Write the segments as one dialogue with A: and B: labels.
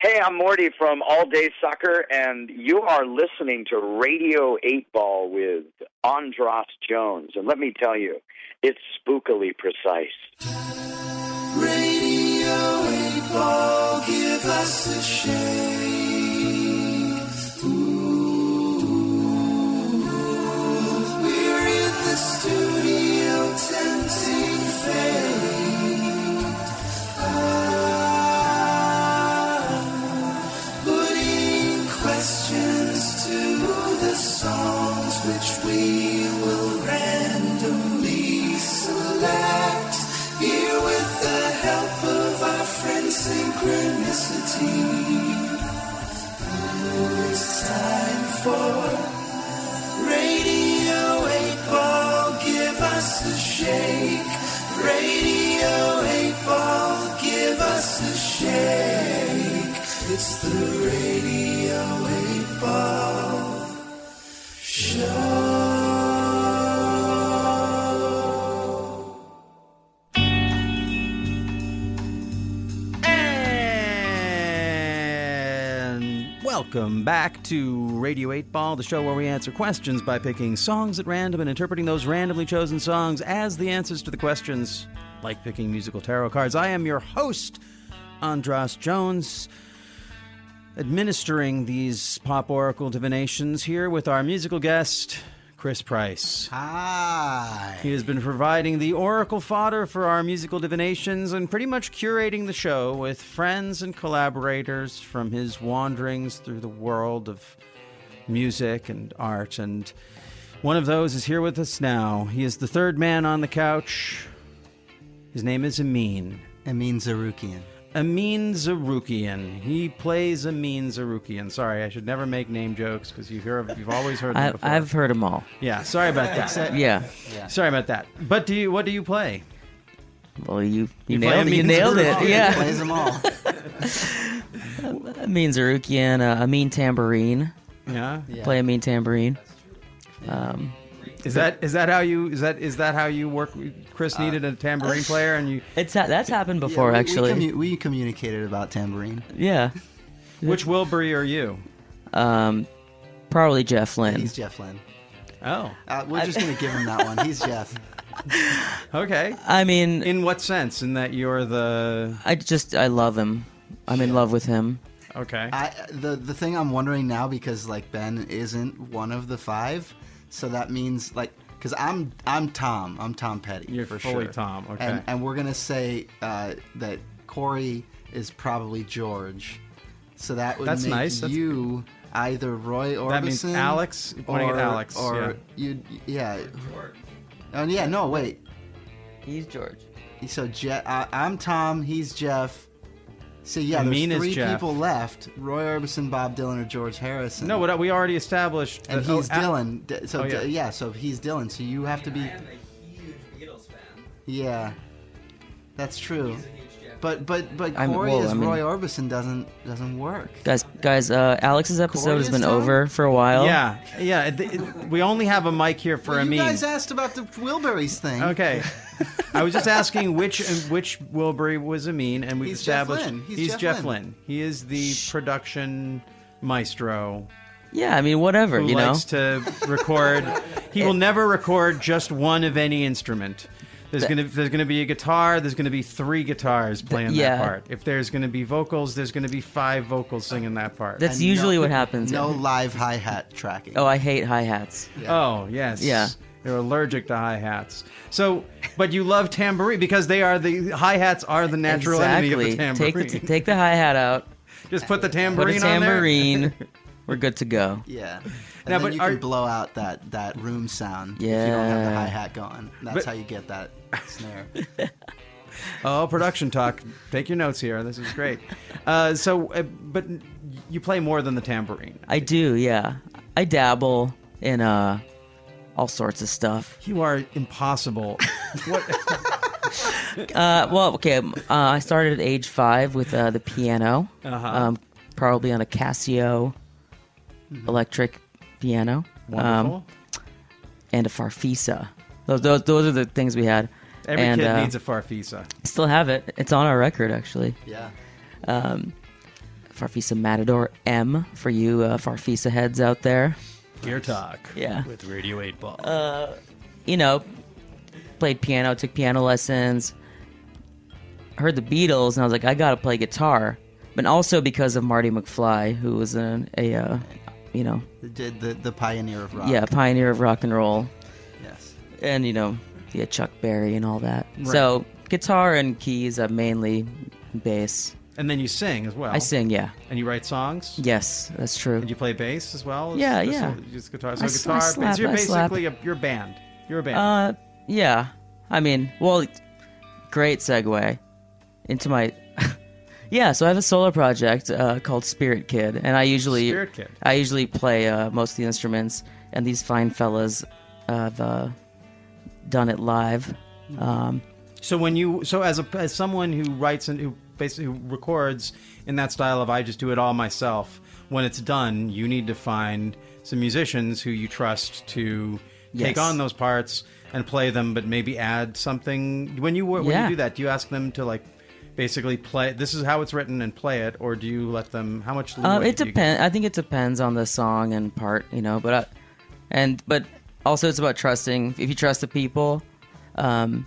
A: Hey, I'm Morty from All Day Soccer, and you are listening to Radio 8 Ball with Andros Jones. And let me tell you, it's spookily precise.
B: Radio 8 Ball, give us a shake. Ooh, we're in the studio tempting fate. Ah, putting questions to the songs which we will randomly select. Here with the help of our friend synchronicity. Ooh, It's time for Radio 8 Ball, give us a shake. Radio 8 Ball, give us a shake. It's the Radio 8 Ball Show.
C: And welcome back to Radio 8 Ball, the show where we answer questions by picking songs at random and interpreting those randomly chosen songs as the answers to the questions, like picking musical tarot cards. I am your host, Andros Jones, administering these pop oracle divinations here with our musical guest, Chris Price.
D: Hi.
C: He has been providing the oracle fodder for our musical divinations and pretty much curating the show with friends and collaborators from his wanderings through the world of music and art. And one of those is here with us now. He is the third man on the couch. His name is Amin.
D: Amin Zarukian.
C: Amin Zarukian. He plays Amin Zarukian. Sorry, I should never make name jokes because you hear, you've always heard them
E: I,
C: before.
E: I've heard them all.
C: Yeah, sorry about that.
E: Yeah.
C: Sorry about that. But do you, what do you play?
E: Well, you you,
C: play
E: nailed it. You
C: Amin
E: nailed
C: Zarukian.
E: it. Yeah.
D: Plays them all.
E: I mean Zarukian. Uh, I mean tambourine.
C: Yeah.
E: Play a mean tambourine.
C: Is that is that how you is that is that how you work? Chris
D: Uh,
C: needed a tambourine player, and you,
E: It's ha- that's happened before
D: we,
E: actually.
D: We, commu- we communicated about tambourine.
E: yeah.
C: which Wilbury are you?
E: Um, probably Jeff Lynne.
D: He's Jeff Lynn.
C: Oh,
D: Uh, we're just going to give him that one. He's Jeff.
C: okay.
E: I mean,
C: In what sense? In that you're the
E: I just I love him. I'm in love with him.
C: okay.
D: I, the, the thing I'm wondering now, because like Ben isn't one of the five, so that means like, because I'm, I'm Tom. I'm Tom Petty.
C: You're
D: for
C: fully
D: sure.
C: Tom, okay.
D: And, and we're going to say uh, that Corey is probably George. So that would
C: That's
D: make
C: nice. That's-
D: you either Roy Orbison.
C: That means Alex. You're Pointing
D: or,
C: at Alex.
D: Or
C: yeah.
D: you, yeah. Oh yeah, no wait.
E: He's George.
D: So Je- I, I'm Tom. He's Jeff. So yeah, there's
C: Amin is
D: three
C: Jeff.
D: people left: Roy Orbison, Bob Dylan, or George Harrison.
C: No, what we already established.
D: and
C: that-
D: he's
C: oh, Al-
D: Dylan. D- So
C: Oh,
D: d-
C: yeah.
D: yeah. so he's Dylan. So you have to be.
E: huge Beatles fan.
D: Yeah, that's true. But but but
E: I'm-
D: Corey
E: well,
D: is
E: I mean-
D: Roy Orbison doesn't doesn't work.
E: Guys, guys, uh, Alex's episode
D: Corey
E: has
D: is
E: been
D: Tom?
E: over for a while.
C: Yeah, yeah. it- it- we only have a mic here for
D: Well, you
C: Amin.
D: guys asked about the Wilburys thing.
C: Okay. I was just asking which which Wilbury was Amin, and we have
D: He's Jeff
C: established
D: Lynne. He's Jeff
C: Jeff
D: Lynne.
C: Lynne. He is the production maestro
E: Yeah. I mean, whatever.
C: who
E: you know.
C: likes to record. he will never record just one of any instrument. There's gonna there's gonna be a guitar. There's gonna be three guitars playing
E: yeah.
C: that part. If there's gonna be vocals, there's gonna be five vocals singing that part.
E: That's
D: And
E: usually
D: no-
E: what happens.
D: No live hi hat tracking.
E: Oh, I hate hi hats.
C: Oh yes.
E: Yeah.
C: They're allergic to hi hats. So, but you love tambourine because they are the hi hats are the natural
E: exactly.
C: enemy of the tambourine.
E: Take the take the hi hat out.
C: Just put the
E: Put
C: tambourine,
E: a
C: on
E: tambourine. We're good to go.
D: Yeah. And
C: Now,
D: then
C: but
D: you
C: are-
D: can blow out that, that room sound if you don't have the
E: Yeah.
D: hi hat going. That's
C: But-
D: how you get that snare.
C: there. Oh, production talk. Take your notes here. This is great. Uh, so, uh, but you play more than the tambourine.
E: I do, yeah. I dabble in uh all sorts of stuff.
C: You are impossible. what?
E: Uh, well, okay. um, Uh, I started at age five with uh, the piano,
C: Uh-huh.
E: um, probably on a Casio electric piano,
C: Mm-hmm.
E: Um,
C: Wonderful.
E: and a Farfisa. Those, those those are the things we had.
C: Every
E: and,
C: kid
E: uh,
C: needs a farfisa.
E: Still have it. It's on our record actually.
D: Yeah.
E: Farfisa Matador M for you uh, Farfisa heads out there.
C: Gear Talk.
E: Yeah. Uh,
F: with Radio 8 Ball.
E: You know, played piano, took piano lessons, heard the Beatles, and I was like, I gotta play guitar. But also because of Marty McFly, who was a, a uh, you know,
D: Did the, the pioneer of rock.
E: yeah, pioneer of rock and roll.
D: Yes.
E: and you know, yeah, Chuck Berry and all that. So guitar and keys are mainly bass.
C: And then you sing as
F: Oh.
C: well.
E: I sing, yeah,
C: And you write songs?
E: yes, that's
C: And
E: true.
C: you play bass as well?
E: Yeah,
C: As- as-
E: yeah.
C: Just guitar.
E: I
C: So
E: s- I
C: guitar.
E: slap,
C: so you're
E: I slap.
C: basically a, you're a band. You're a band.
E: Uh, yeah, I mean, well, great segue into my. Yeah, so I have a solo project uh, called Spirit Kid, and I usually
C: Spirit Kid.
E: I usually play uh, most of the instruments, and these fine fellas have uh, done it live.
C: Hmm.
E: Um,
C: so when you so as a as someone who writes and who basically who records in that style of I just do it all myself, when it's done, you need to find some musicians who you trust to
E: Yes.
C: take on those parts and play them, but maybe add something. When you when
E: Yeah.
C: you do that, do you ask them to like basically play this is how it's written and play it, or do you let them? How much?
E: Um,
C: leeway
E: it
C: do you give
E: depends. I think it depends on the song and part, you know. But I, and but also it's about trusting. If you trust the people, um,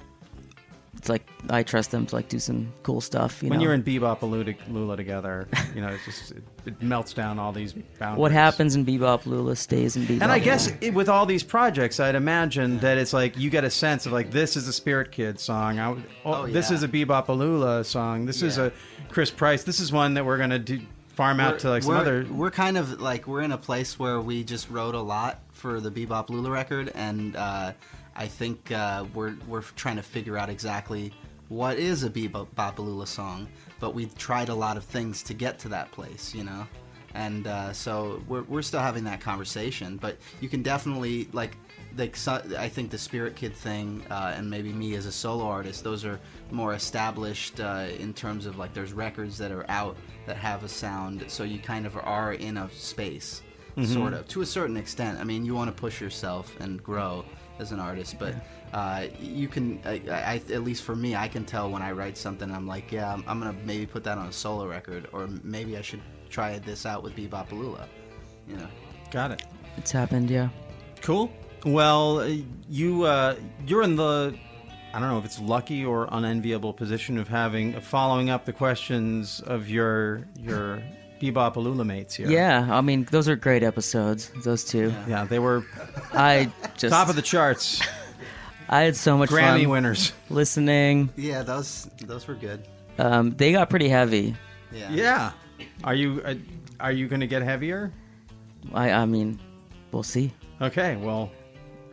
E: it's like I trust them to like do some cool stuff. You
C: when
E: know,
C: you're in bebop and Lula- lula together you know it's just it, it melts down all these boundaries
E: what happens in bebop lula stays in bebop.
C: and i
E: Lula.
C: guess it, with all these projects i'd imagine that it's like you get a sense of like this is a spirit kid song I, would- oh,
D: Oh,
C: this
D: yeah.
C: is a bebop lula song this is
D: Yeah.
C: a chris price this is one that we're gonna do farm out to like some
D: we're,
C: other
D: we're kind of like we're in a place where we just wrote a lot for the Bebop Lula record, and uh, I think uh, we're we're trying to figure out exactly what is a Bebop Lula song. But we tried a lot of things to get to that place, you know. And uh, so we're, we're still having that conversation, but you can definitely like like so, I think the Spirit Kid thing uh, and maybe me as a solo artist, those are more established uh, in terms of like there's records that are out that have a sound, so you kind of are in a space, sort of to a certain extent. I mean, you want to push yourself and grow as an artist, but uh, you can, I, I, at least for me, I can tell when I write something, I'm like, yeah, I'm, I'm gonna maybe put that on a solo record, or maybe I should try this out with Bebop Alula, you know.
C: got it
E: it's happened. Yeah,
C: Cool. Well, uh, you uh, you're in the I don't know if it's lucky or unenviable position of having of following up the questions of your your bebop Alula mates here.
E: yeah. I mean, those are great episodes. Those two.
C: Yeah, they were
E: I just
C: top of the charts,
E: I had so much
C: Grammy
E: fun
C: winners.
E: listening.
D: Yeah, those those were good.
E: Um, they got pretty heavy.
D: Yeah.
C: Yeah. Are you uh, are you going to get heavier?
E: I I mean, we'll see.
C: Okay. Well,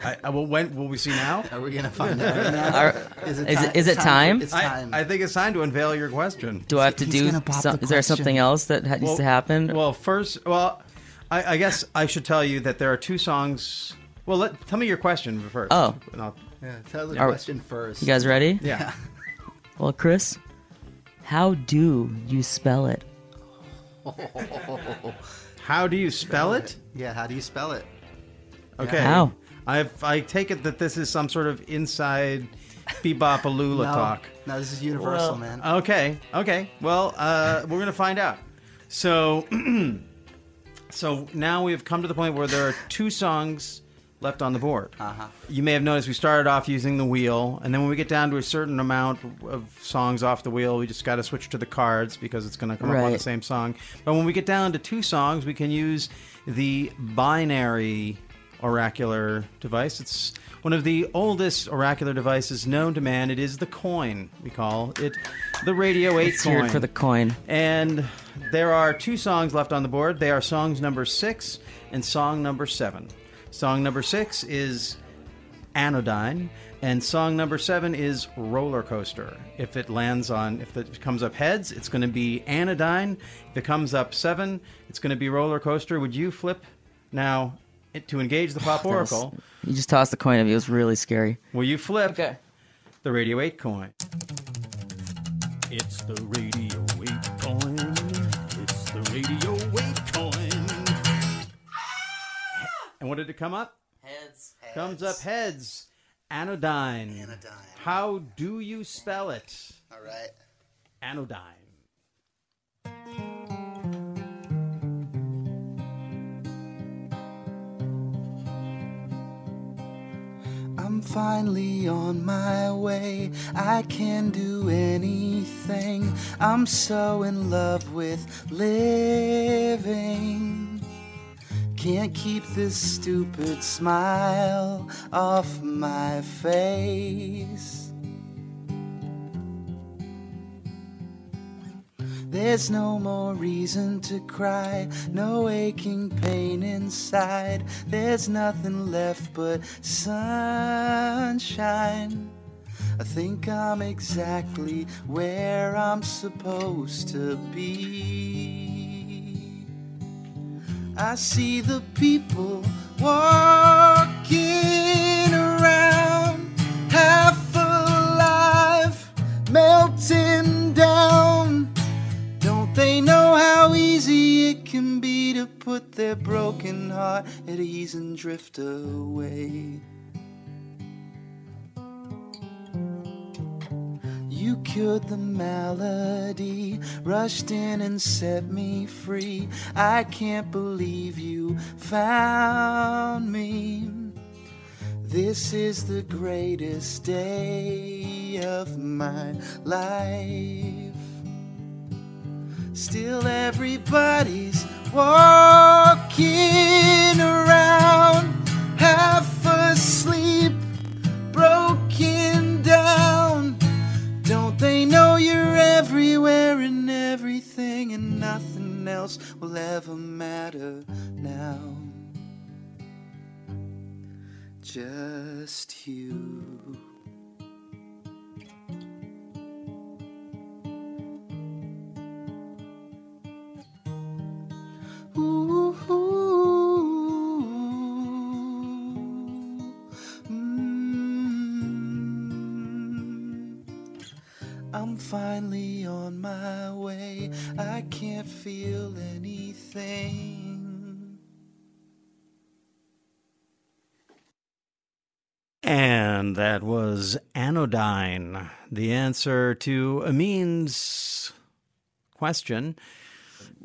C: I, I well, when will we see now?
D: Are we gonna find out right now? is it
E: is
D: ti-
E: it- is it time?
D: It's
C: I,
D: time.
C: I think it's time to unveil your question.
E: Do I have to
D: He's
E: do?
D: gonna pop
E: some-
D: the
E: is there something
D: question.
E: else that ha- needs to happen?
C: Well, first, well, I, I guess I should tell you that there are two songs. Well, let, tell me your question first.
E: Oh.
C: And I'll-
D: yeah, tell the
E: Are-
D: question first.
E: You guys ready?
C: yeah.
E: Well, Chris, how do you spell it?
C: How do you spell it?
D: Yeah, how do you spell it?
C: Okay.
E: How?
C: I I take it that this is some sort of inside bebopalula talk.
D: No, this is universal,
E: Well-
D: man.
C: Okay. Okay. Well, uh, we're gonna find out. So, so now we've come to the point where there are two songs left on the board. Uh-huh. You may have noticed we started off using the wheel, and then when we get down to a certain amount of songs off the wheel, we just got to switch to the cards because it's gonna come up on the
E: Right.
C: same song. But when we get down to two songs, we can use the binary oracular device. It's one of the oldest oracular devices known to man. It is the coin. We call it the Radio 8
E: It's
C: coin.
E: here for the coin.
C: and there are two songs left on the board. They are songs number six and song number seven. Song number six is Anodyne, and song number seven is Roller Coaster. If it lands on, if it comes up heads, it's going to be Anodyne. If it comes up seven, it's going to be Roller Coaster. Would you flip now it- to engage the Pop
E: That was-
C: Oracle?
E: You just tossed the coin at me. It was really scary.
C: Will you flip the Radio 8 coin?
F: It's the Radio 8 coin. It's the Radio 8 coin.
C: And what did it come up? Comes up heads. Anodyne.
D: Anodyne.
C: How do you spell it?
D: All right.
C: Anodyne.
B: I'm finally on my way. I can do anything. I'm so in love with living. Can't keep this stupid smile off my face. There's no more reason to cry, no aching pain inside. There's nothing left but sunshine. I think I'm exactly where I'm supposed to be. I see the people walking around, half alive, melting down. Don't they know how easy it can be to put their broken heart at ease and drift away? You cured the malady, rushed in and set me free. I can't believe you found me. This is the greatest day of my life. Still, everybody's walking around, half asleep, broken down. Don't they know you're everywhere and everything, and nothing else will ever matter now? Just you. Ooh, mm. I'm finally on my way. I can't feel anything.
C: And that was Anodyne, the answer to Amin's question.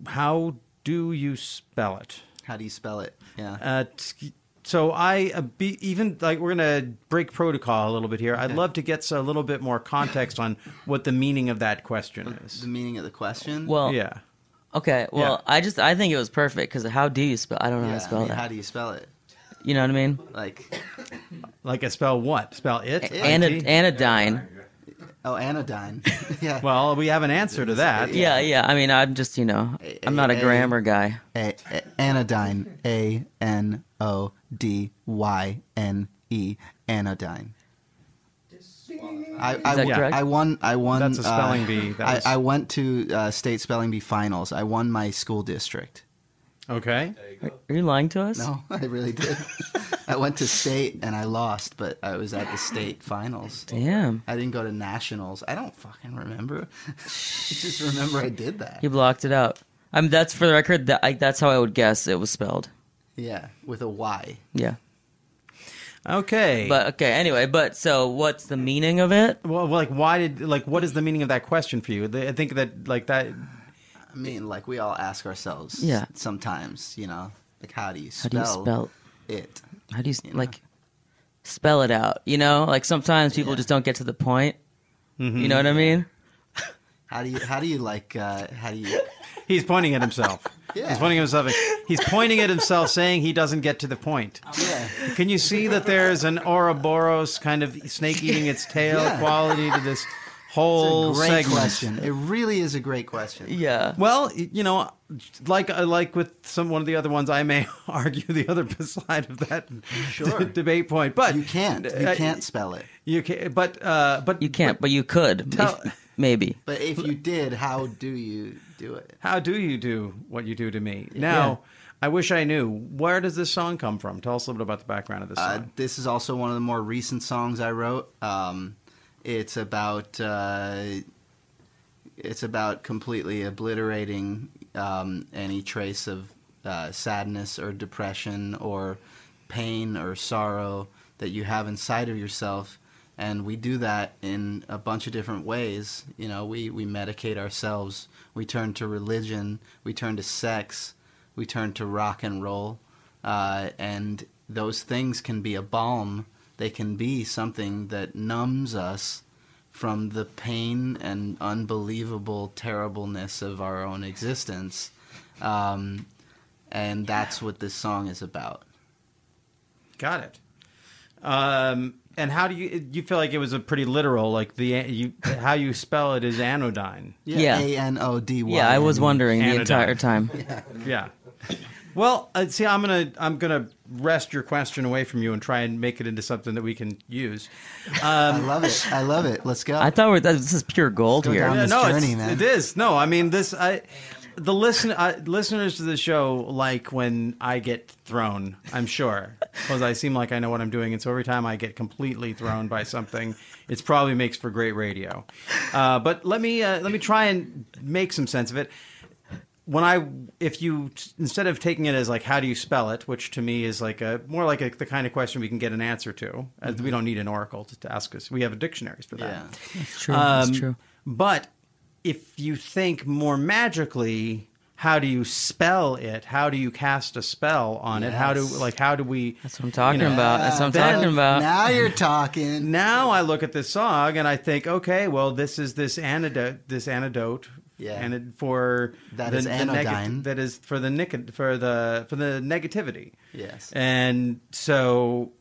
C: How do you spell it?
D: How do you spell it? Yeah.
C: Uh, t- so I uh, be, even like we're gonna break protocol a little bit here. I'd love to get a little bit more context on what the meaning of that question
D: the
C: is.
D: meaning of the question.
E: Well,
C: Yeah,
E: okay. Well, I just I think it was perfect because how do you spell? I don't know
D: Yeah,
E: how to spell
D: I mean,
E: that.
D: how do you spell it?
E: you know what I mean?
D: Like,
C: like I spell what? Spell it?
E: Ana-
C: IT?
E: anodyne.
D: oh, anodyne. yeah.
C: well, we have an answer to that.
E: Yeah, yeah. I mean, I'm just you know, I'm not a
D: eh,
E: grammar guy.
D: A- a- anodyne. A N O D Y N E. Anodyne. I, I,
E: that
D: won-
E: correct?
D: I won. I won. uh,
C: That's a spelling bee. That
D: I,
C: was-
D: I went to uh, state spelling bee finals. I won my school district.
C: Okay.
E: Are you lying to us?
D: No, I really did. I went to state and I lost, but I was at the state finals.
E: Damn.
D: I didn't go to nationals. I don't fucking remember. I just remember I did that.
E: He blocked it out. I mean, that's for the record. That I, that's how I would guess it was spelled.
D: Yeah, with a Y.
E: Yeah.
C: Okay.
E: But okay. Anyway, but so what's the meaning of it?
C: well, like, why did like what is the meaning of that question for you? The- I think that like that.
D: I mean, like we all ask ourselves.
E: Yeah.
D: Sometimes, you know, like how do you
E: How
D: spell,
E: do you spell?
D: it?
E: How do you, s
D: You know.
E: like spell it out? You know, like sometimes people
D: Yeah. Mm-hmm.
E: just don't get to the point. You know what I mean?
D: How do you? How do you like? Uh, how do you?
C: He's pointing at himself.
D: Yeah.
C: He's pointing at himself. He's pointing at himself, saying he doesn't get to the point.
D: Yeah.
C: Can you see that there's an Ouroboros kind of snake eating its tail
D: Yeah.
C: quality to this
D: It's
C: whole
D: a great
C: segment?
D: question. It really is a great question.
E: Yeah.
C: Well, y- you know, like uh, like with some one of the other ones, I may argue the other side of that
D: Sure.
C: debate point, but
D: You can't. You
C: Uh,
D: can't spell it.
C: You can't. But uh, but
E: You can't, but you could.
C: Tell-
E: if- maybe.
D: But if you did, how do you do it?
C: How do you do what you do to me? Now, I wish I knew. Where does this song come from? Tell us a little bit about the background of this
D: Uh,
C: song.
D: this is also one of the more recent songs I wrote. Um, it's about uh, it's about completely obliterating um, any trace of uh, sadness or depression or pain or sorrow that you have inside of yourself. And we do that in a bunch of different ways. You know, we, we medicate ourselves. We turn to religion. We turn to sex. We turn to rock and roll uh, and those things can be a balm They can be something that numbs us from the pain and unbelievable terribleness of our own existence. Um, and that's what this song is about.
C: Got it. Um, and how do you you feel like it was a pretty literal like the you how you spell it is anodyne.
E: Yeah.
D: A N O D Y.
E: Yeah, I was wondering the
C: Anodyne.
E: entire time.
C: Yeah. Well, uh, see, I'm gonna I'm gonna wrest your question away from you and try and make it into something that we can use.
D: I love it. I love it. Let's go.
E: I thought we we're, this is pure gold
D: go
E: here.
D: down. on
C: Yeah,
D: this
C: no,
D: journey,
C: it's-
D: man.
C: It is. No, I mean this. I the listen I, listeners to the show like when I get thrown. I'm sure because I seem like I know what I'm doing, and so every time I get completely thrown by something, it probably makes for great radio. Uh, but let me uh, let me try and make some sense of it. When I, if you instead of taking it as like how do you spell it, which to me is like a more like a, the kind of question we can get an answer to. uh We don't need an oracle to, to ask us. We have dictionaries for that.
D: Mm-hmm. yeah.
E: It's true.
C: Um,
E: it's true.
C: But if you think more magically, how do you spell it? How do you cast a spell on it? How do
D: Yes.
C: like how do we?
E: That's what I'm talking
C: you know, uh,
E: about. That's what I'm
C: that-
E: talking about.
D: Now you're talking.
C: Now I look at this song and I think, okay, well, this is this antidote, this antidote,
D: Yeah.
C: and it, for
D: That
C: the,
D: is
C: the
D: anodyne.
C: that is for the nic- for the for the negativity.
D: Yes.
C: And so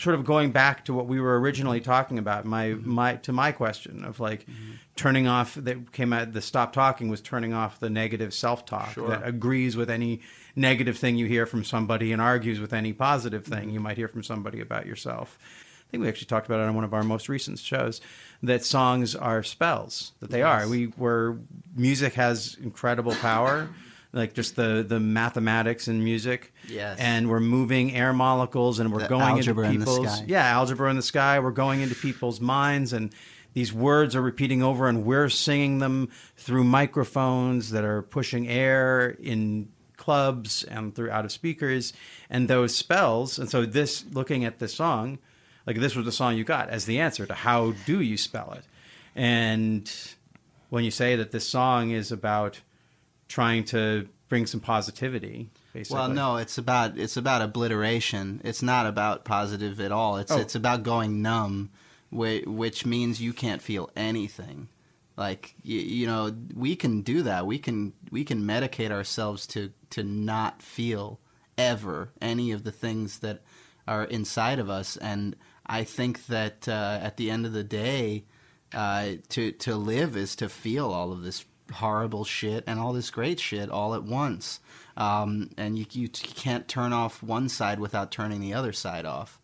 C: sort of going back to what we were originally talking about, my
D: Mm-hmm.
C: my to my question of like turning off that came out the stop talking was turning off the negative self talk that agrees with any negative thing you hear from somebody and argues with any positive thing
D: Mm-hmm.
C: you might hear from somebody about yourself. I think we actually talked about it on one of our most recent shows that songs are spells that they are. We were music has incredible power, like just the the mathematics in music.
D: Yes.
C: And we're moving air molecules and we're
D: The
C: going into
D: algebra in the
C: people's
D: sky.
C: yeah, algebra in the sky. We're going into people's minds and these words are repeating over and we're singing them through microphones that are pushing air in clubs and through out of speakers and those spells. And so this looking at this song, like this was the song you got as the answer to how do you spell it? And when you say that this song is about trying to bring some positivity, basically.
D: Well, no, it's about it's about obliteration. It's not about positive at all. It's
C: Oh.
D: it's about going numb, which, which means you can't feel anything. Like you, you know, we can do that. We can we can medicate ourselves to to not feel ever any of the things that are inside of us. And I think that uh, at the end of the day, uh, to to live is to feel all of this horrible shit and all this great shit all at once. Um, and you you t- can't turn off one side without turning the other side off.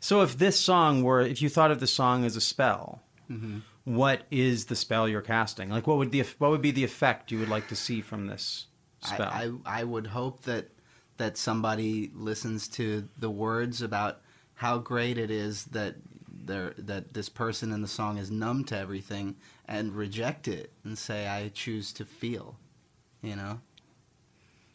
C: So if this song were, if you thought of the song as a spell,
D: Mm-hmm.
C: what is the spell you're casting? Like, what would the what would be the effect you would like to see from this spell?
D: I, I I would hope that that somebody listens to the words about how great it is that there that this person in the song is numb to everything and reject it and say I choose to feel. You know.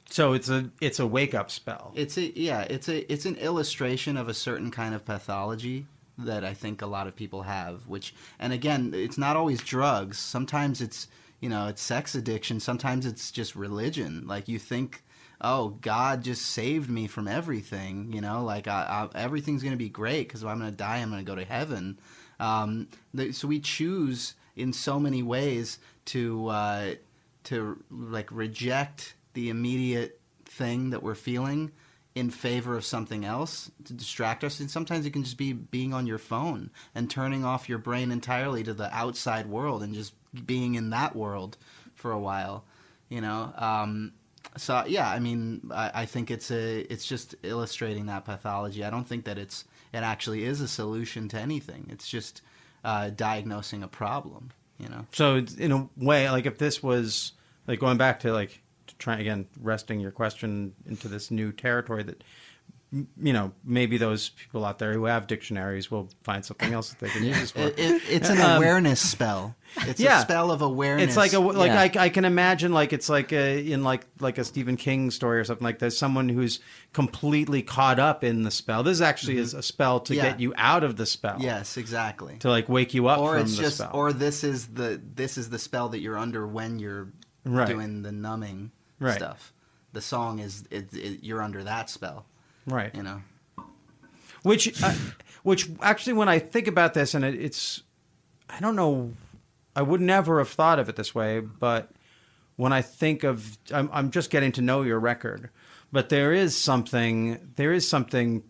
C: so it's a it's a wake up spell.
D: It's a yeah, it's a it's an illustration of a certain kind of pathology that I think a lot of people have, which and again, it's not always drugs. Sometimes it's, you know, it's sex addiction, sometimes it's just religion. Like you think Oh, God just saved me from everything, you know. Like I, I, everything's going to be great because I'm going to die. I'm going to go to heaven. Um, th- so we choose in so many ways to uh, to like reject the immediate thing that we're feeling in favor of something else to distract us and sometimes it can just be being on your phone and turning off your brain entirely to the outside world and just being in that world for a while you know um, so yeah i mean I, I think it's a it's just illustrating that pathology i don't think that it's it actually is a solution to anything it's just uh, diagnosing a problem you know
C: So it's- in a way, like if this was like going back to like to try again, resting your question into this new territory that m- you know maybe those people out there who have dictionaries will find something else that they can use this for.
D: It, it, it's an awareness spell. It's
C: Um, yeah.
D: a spell of awareness.
C: It's like a like
E: Yeah.
C: I, I can imagine like it's like a, in like like a Stephen King story or something like that. Someone who's completely caught up in the spell. This actually is a spell to
D: Mm-hmm. Yeah.
C: get you out of the spell.
D: yes, exactly.
C: To like wake you up
D: Or
C: from
D: it's
C: the
D: just
C: spell.
D: or this is the this is the spell that you're under when you're
C: Right.
D: doing the numbing
C: Right.
D: stuff. The song is it, it, you're under that spell.
C: right.
D: You know.
C: Which, uh, which actually, when I think about this, and it, it's, I don't know, I would never have thought of it this way, but when I think of, I'm, I'm just getting to know your record, but there is something, there is something,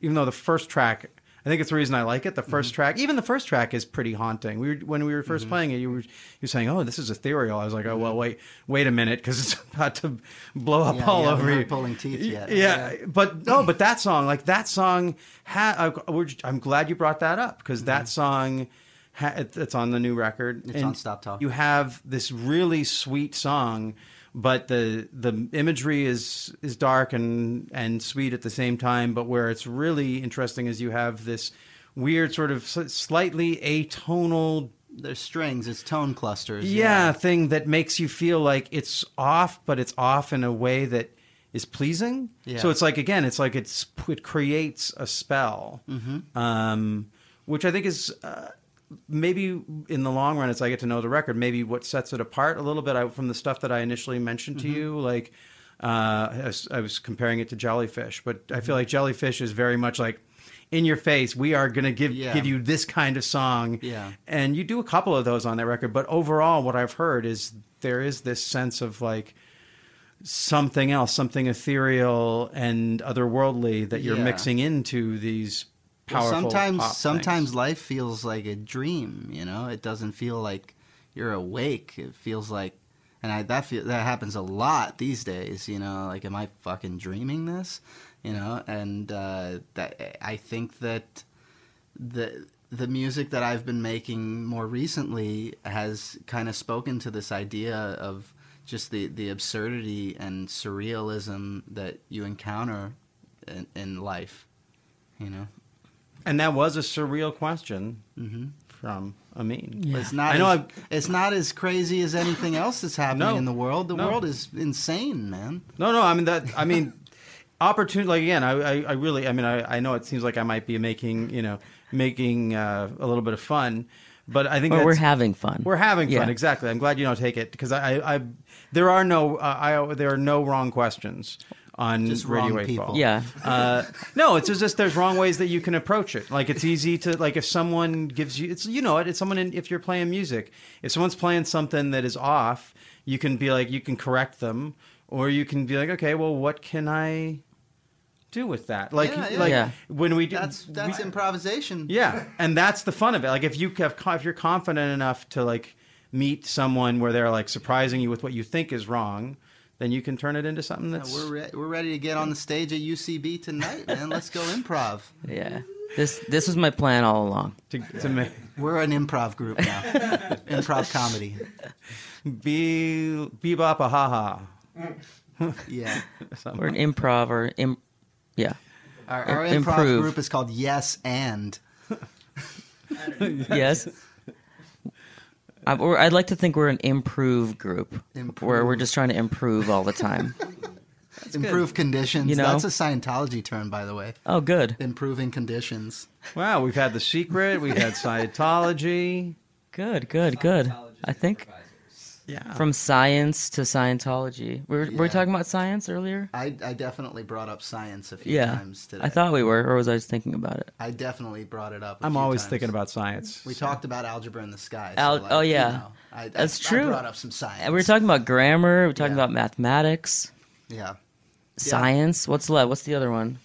C: even though the first track, I think it's the reason I like it. The 1st
D: Mm-hmm.
C: track, even the first track, is pretty haunting. We were, when we were 1st playing it, you were you were saying, "Oh, this is ethereal." I was like, "Oh, well, wait, wait a minute, because it's about to blow up
D: Mm-hmm. Yeah,
C: all
D: yeah, we're
C: over
D: not
C: you."
D: pulling teeth yet.
C: Yeah, but no, but that song, like that song, ha- I, we're, I'm glad you brought that up because that song, ha- it- it's on the new record.
D: Mm-hmm. It's on Stop Talk.
C: You have this really sweet song, but the the imagery is is dark and and sweet at the same time. But where it's really interesting is you have this weird sort of s- slightly atonal
D: There's strings. It's tone clusters.
C: yeah, thing that makes you feel like it's off, but it's off in a way that is pleasing.
D: Yeah.
C: So it's like again, it's like it's it creates a spell,
D: Mm-hmm.
C: um, which I think is. Uh, Maybe in the long run, as I get to know the record, maybe what sets it apart a little bit I, from the stuff that I initially mentioned
D: Mm-hmm.
C: to you, like uh, I, was, I was comparing it to Jellyfish, but I
D: Mm-hmm.
C: feel like Jellyfish is very much like in your face. We are going to give
D: Yeah.
C: give you this kind of song,
D: Yeah.
C: and you do a couple of those on that record, but overall, what I've heard is there is this sense of like something else, something ethereal and otherworldly that you're
D: Yeah.
C: mixing into these
D: Well,
C: powerful.
D: sometimes
C: pop things.
D: sometimes life feels like a dream you know it doesn't feel like you're awake it feels like and I, that feel, that happens a lot these days you know like am i fucking dreaming this you know and uh, that i think that the the music that I've been making more recently has kind of spoken to this idea of just the, the absurdity and surrealism that you encounter in, in life, you know.
C: and that was a surreal question from Amin.
D: But Mm-hmm. It's not.
C: I know
D: as,
C: I've-
D: it's not as crazy as anything else that's happening
C: No,
D: in the world. The
C: no.
D: world is insane, man.
C: No, no. I mean that. I mean, opportunity. Like again, I, I, I really. I mean, I, I know it seems like I might be making, you know, making uh, a little bit of fun, but I think
E: Or we're
C: that's-
E: having fun.
C: We're having fun,
E: Yeah.
C: exactly. I'm glad you don't take it because I, I, I there are no, uh, I, there are no wrong questions on
D: Just
C: radio
D: wrong
C: 8
D: people.
C: Ball.
E: Yeah.
C: Uh, no, it's just there's wrong ways that you can approach it. Like it's easy to like if someone gives you, it's you know it. It's someone in, if you're playing music, if someone's playing something that is off, you can be like you can correct them, or you can be like, okay, well, what can I do with that? Like
D: Yeah, yeah.
C: like
E: Yeah.
C: when we do
D: That's that's
C: we-
D: improvisation.
C: yeah, and that's the fun of it. Like if you have, if you're confident enough to like meet someone where they're like surprising you with what you think is wrong, then you can turn it into something
D: Yeah,
C: that's.
D: We're re- we're ready to get on the stage at UCB tonight, man. Let's go improv.
E: Yeah. This this was my plan all along.
C: to, to ma-
D: We're an improv group now. improv comedy.
C: be bebop a ha ha.
D: Yeah.
E: We're an improv or Im- yeah.
D: Our, our
E: Im-
D: improv
E: improve.
D: group is called Yes and.
E: Yes. I, or I'd like to think we're an improve group where we're
D: Improve.
E: just trying to improve all the time.
D: Improve conditions.
E: You know?
D: That's a Scientology term, by the way.
E: oh, good.
D: Improving conditions.
C: Wow, we've had the secret. We've had Scientology.
E: Good, good, good. I think
C: Yeah,
E: from science to Scientology. We were, were we
D: Yeah.
E: talking about science earlier?
D: I, I definitely brought up science a few
E: Yeah.
D: times today.
E: I thought we were, or was I just thinking about it?
D: I definitely brought it up. i
C: I'm always thinking about science.
D: We talked about algebra in the sky.
E: Al- oh, yeah.
D: I,
E: That's
D: I, I
E: true.
D: brought up some science.
E: And We were talking about grammar. We were talking
D: Yeah.
E: about mathematics,
D: Yeah.
E: science. What's left? What's the other one?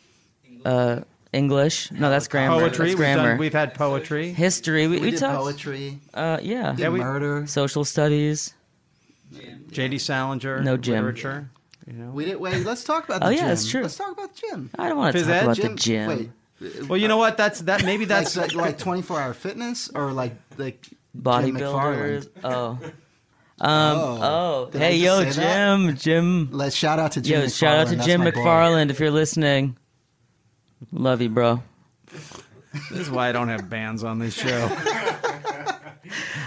E: Uh, English. No, that's grammar.
C: poetry.
E: That's
C: We've,
E: grammar.
C: done, we've had poetry.
E: History. We,
D: We,
E: we
D: did
E: talked.
D: poetry.
E: Uh, yeah.
D: Did
C: Yeah, we-
D: murder.
E: Social studies.
C: J.D. Salinger.
E: No, Jim.
C: literature. You know.
D: We did. Wait, let's talk about. The
E: Oh, yeah,
D: gym.
E: that's true.
D: Let's talk about the gym.
E: I don't want to
C: Phys
E: talk
C: ed?
E: about
D: Gym.
E: the gym.
D: Wait.
C: Well, you know what? That's that. Maybe that's
D: That's like, like 24 hour fitness or like like Jim
E: Bodybuilders.
D: McFarland?
E: Oh. Um,
D: Oh.
E: oh.
D: Did I
E: Hey,
D: just
E: yo,
D: say that?
E: Jim. Jim.
D: Let's shout out to Jim.
E: Yo, shout out to
D: McFarland. That's
E: Jim
D: my boy.
E: McFarland if you're listening. Love you, bro.
C: This is why I don't have bands on this show.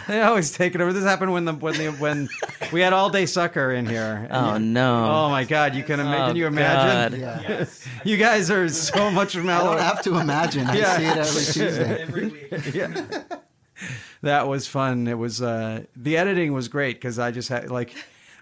C: they always take it over. This happened when the when the when we had all day sucker in here. And
E: Oh,
C: you-
E: no.
C: Oh my God! You can imagine.
E: Oh,
C: you imagine?
E: God.
D: Yeah.
C: You guys are so much
D: I don't
C: mellow.
D: have to imagine. I
C: Yeah.
D: see it every Tuesday.
C: Yeah. That was fun. It was uh, the editing was great because I just had like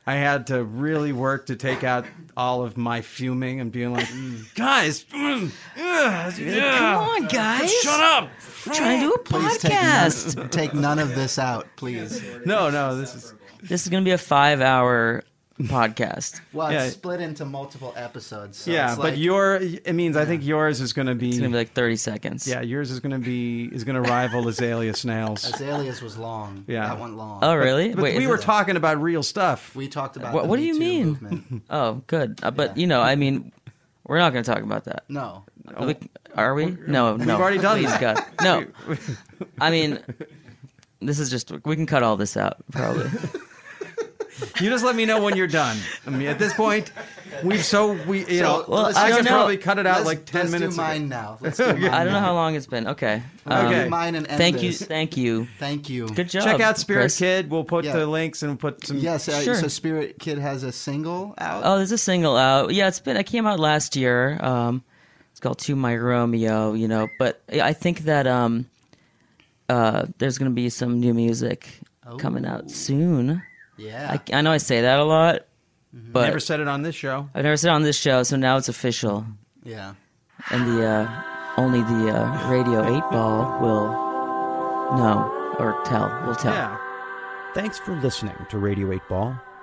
C: I had to really work to take out all of my fuming and being like, guys, mm, ugh,
D: Oh,
C: yeah,
E: Come on, guys.
C: shut up.
E: Trying to do a
D: Please take none,
E: podcast.
D: take none of this out, please.
C: No, no, this is
E: This is gonna be a five-hour podcast.
D: Well,
C: Yeah.
D: it's split into multiple episodes. So
C: yeah.
D: it's
C: but
D: like-
C: your, it means I think yours is going to
E: It's gonna be
C: be.
E: like thirty seconds.
C: Mm. Yeah, yours is gonna be is gonna rival Azalea Snails.
D: Azaleas was long.
C: Yeah.
D: that one long.
E: Oh, really?
C: But
E: Wait,
C: we
E: is
C: were
E: it-
C: talking about real stuff.
D: we talked about.
E: What-
D: the
E: what do
D: Me
E: you
D: Too
E: mean?
D: movement.
E: Oh, good. Uh, but
D: Yeah.
E: you know, I mean, we're not gonna talk about that.
D: No,
E: We- are we? No, no.
C: already done
E: Please,
C: that.
E: God. No. I mean, this is just we can cut all this out probably.
C: You just let me know when you're done. I mean, at this point, we've so we you know
D: Well,
E: I
C: I
E: don't
C: could
E: know.
C: probably cut it out
D: Let's-
C: like 10
D: let's
C: minutes.
D: do
C: ago.
D: mine now. Let's do mine
E: I don't know
D: now.
E: how long it's been. Okay. Uh,
D: Let's do
C: Okay.
D: mine and end
E: Thank you.
D: this.
E: Thank you.
D: Thank you.
E: Good job.
C: Check out Spirit
E: Chris.
C: Kid. We'll put
D: Yeah.
C: the links and put some.
D: Yes, uh,
E: Sure.
D: so Spirit Kid has a single out.
E: Oh, there's a single out. Yeah, it's been. I came out last year. Um, it's called "To My Romeo." You know, but I think that um, uh, there's gonna be some new music coming out soon.
D: yeah.
E: I, I know I say that a lot, but
C: Never said it on this show.
E: I've never said it on this show, so now it's official,
D: yeah.
E: and the uh, only the uh, Radio Eight Ball will know or tell. Will tell.
C: Yeah.
G: Thanks for listening to Radio 8 Ball.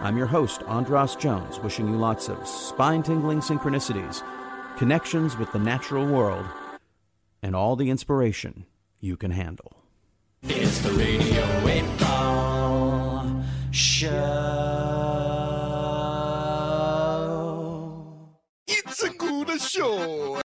G: I'm your host, Andras Jones, wishing you lots of spine tingling synchronicities, connections with the natural world, and all the inspiration you can handle.
F: It's the Radio 8 Ball Show. It's a good show.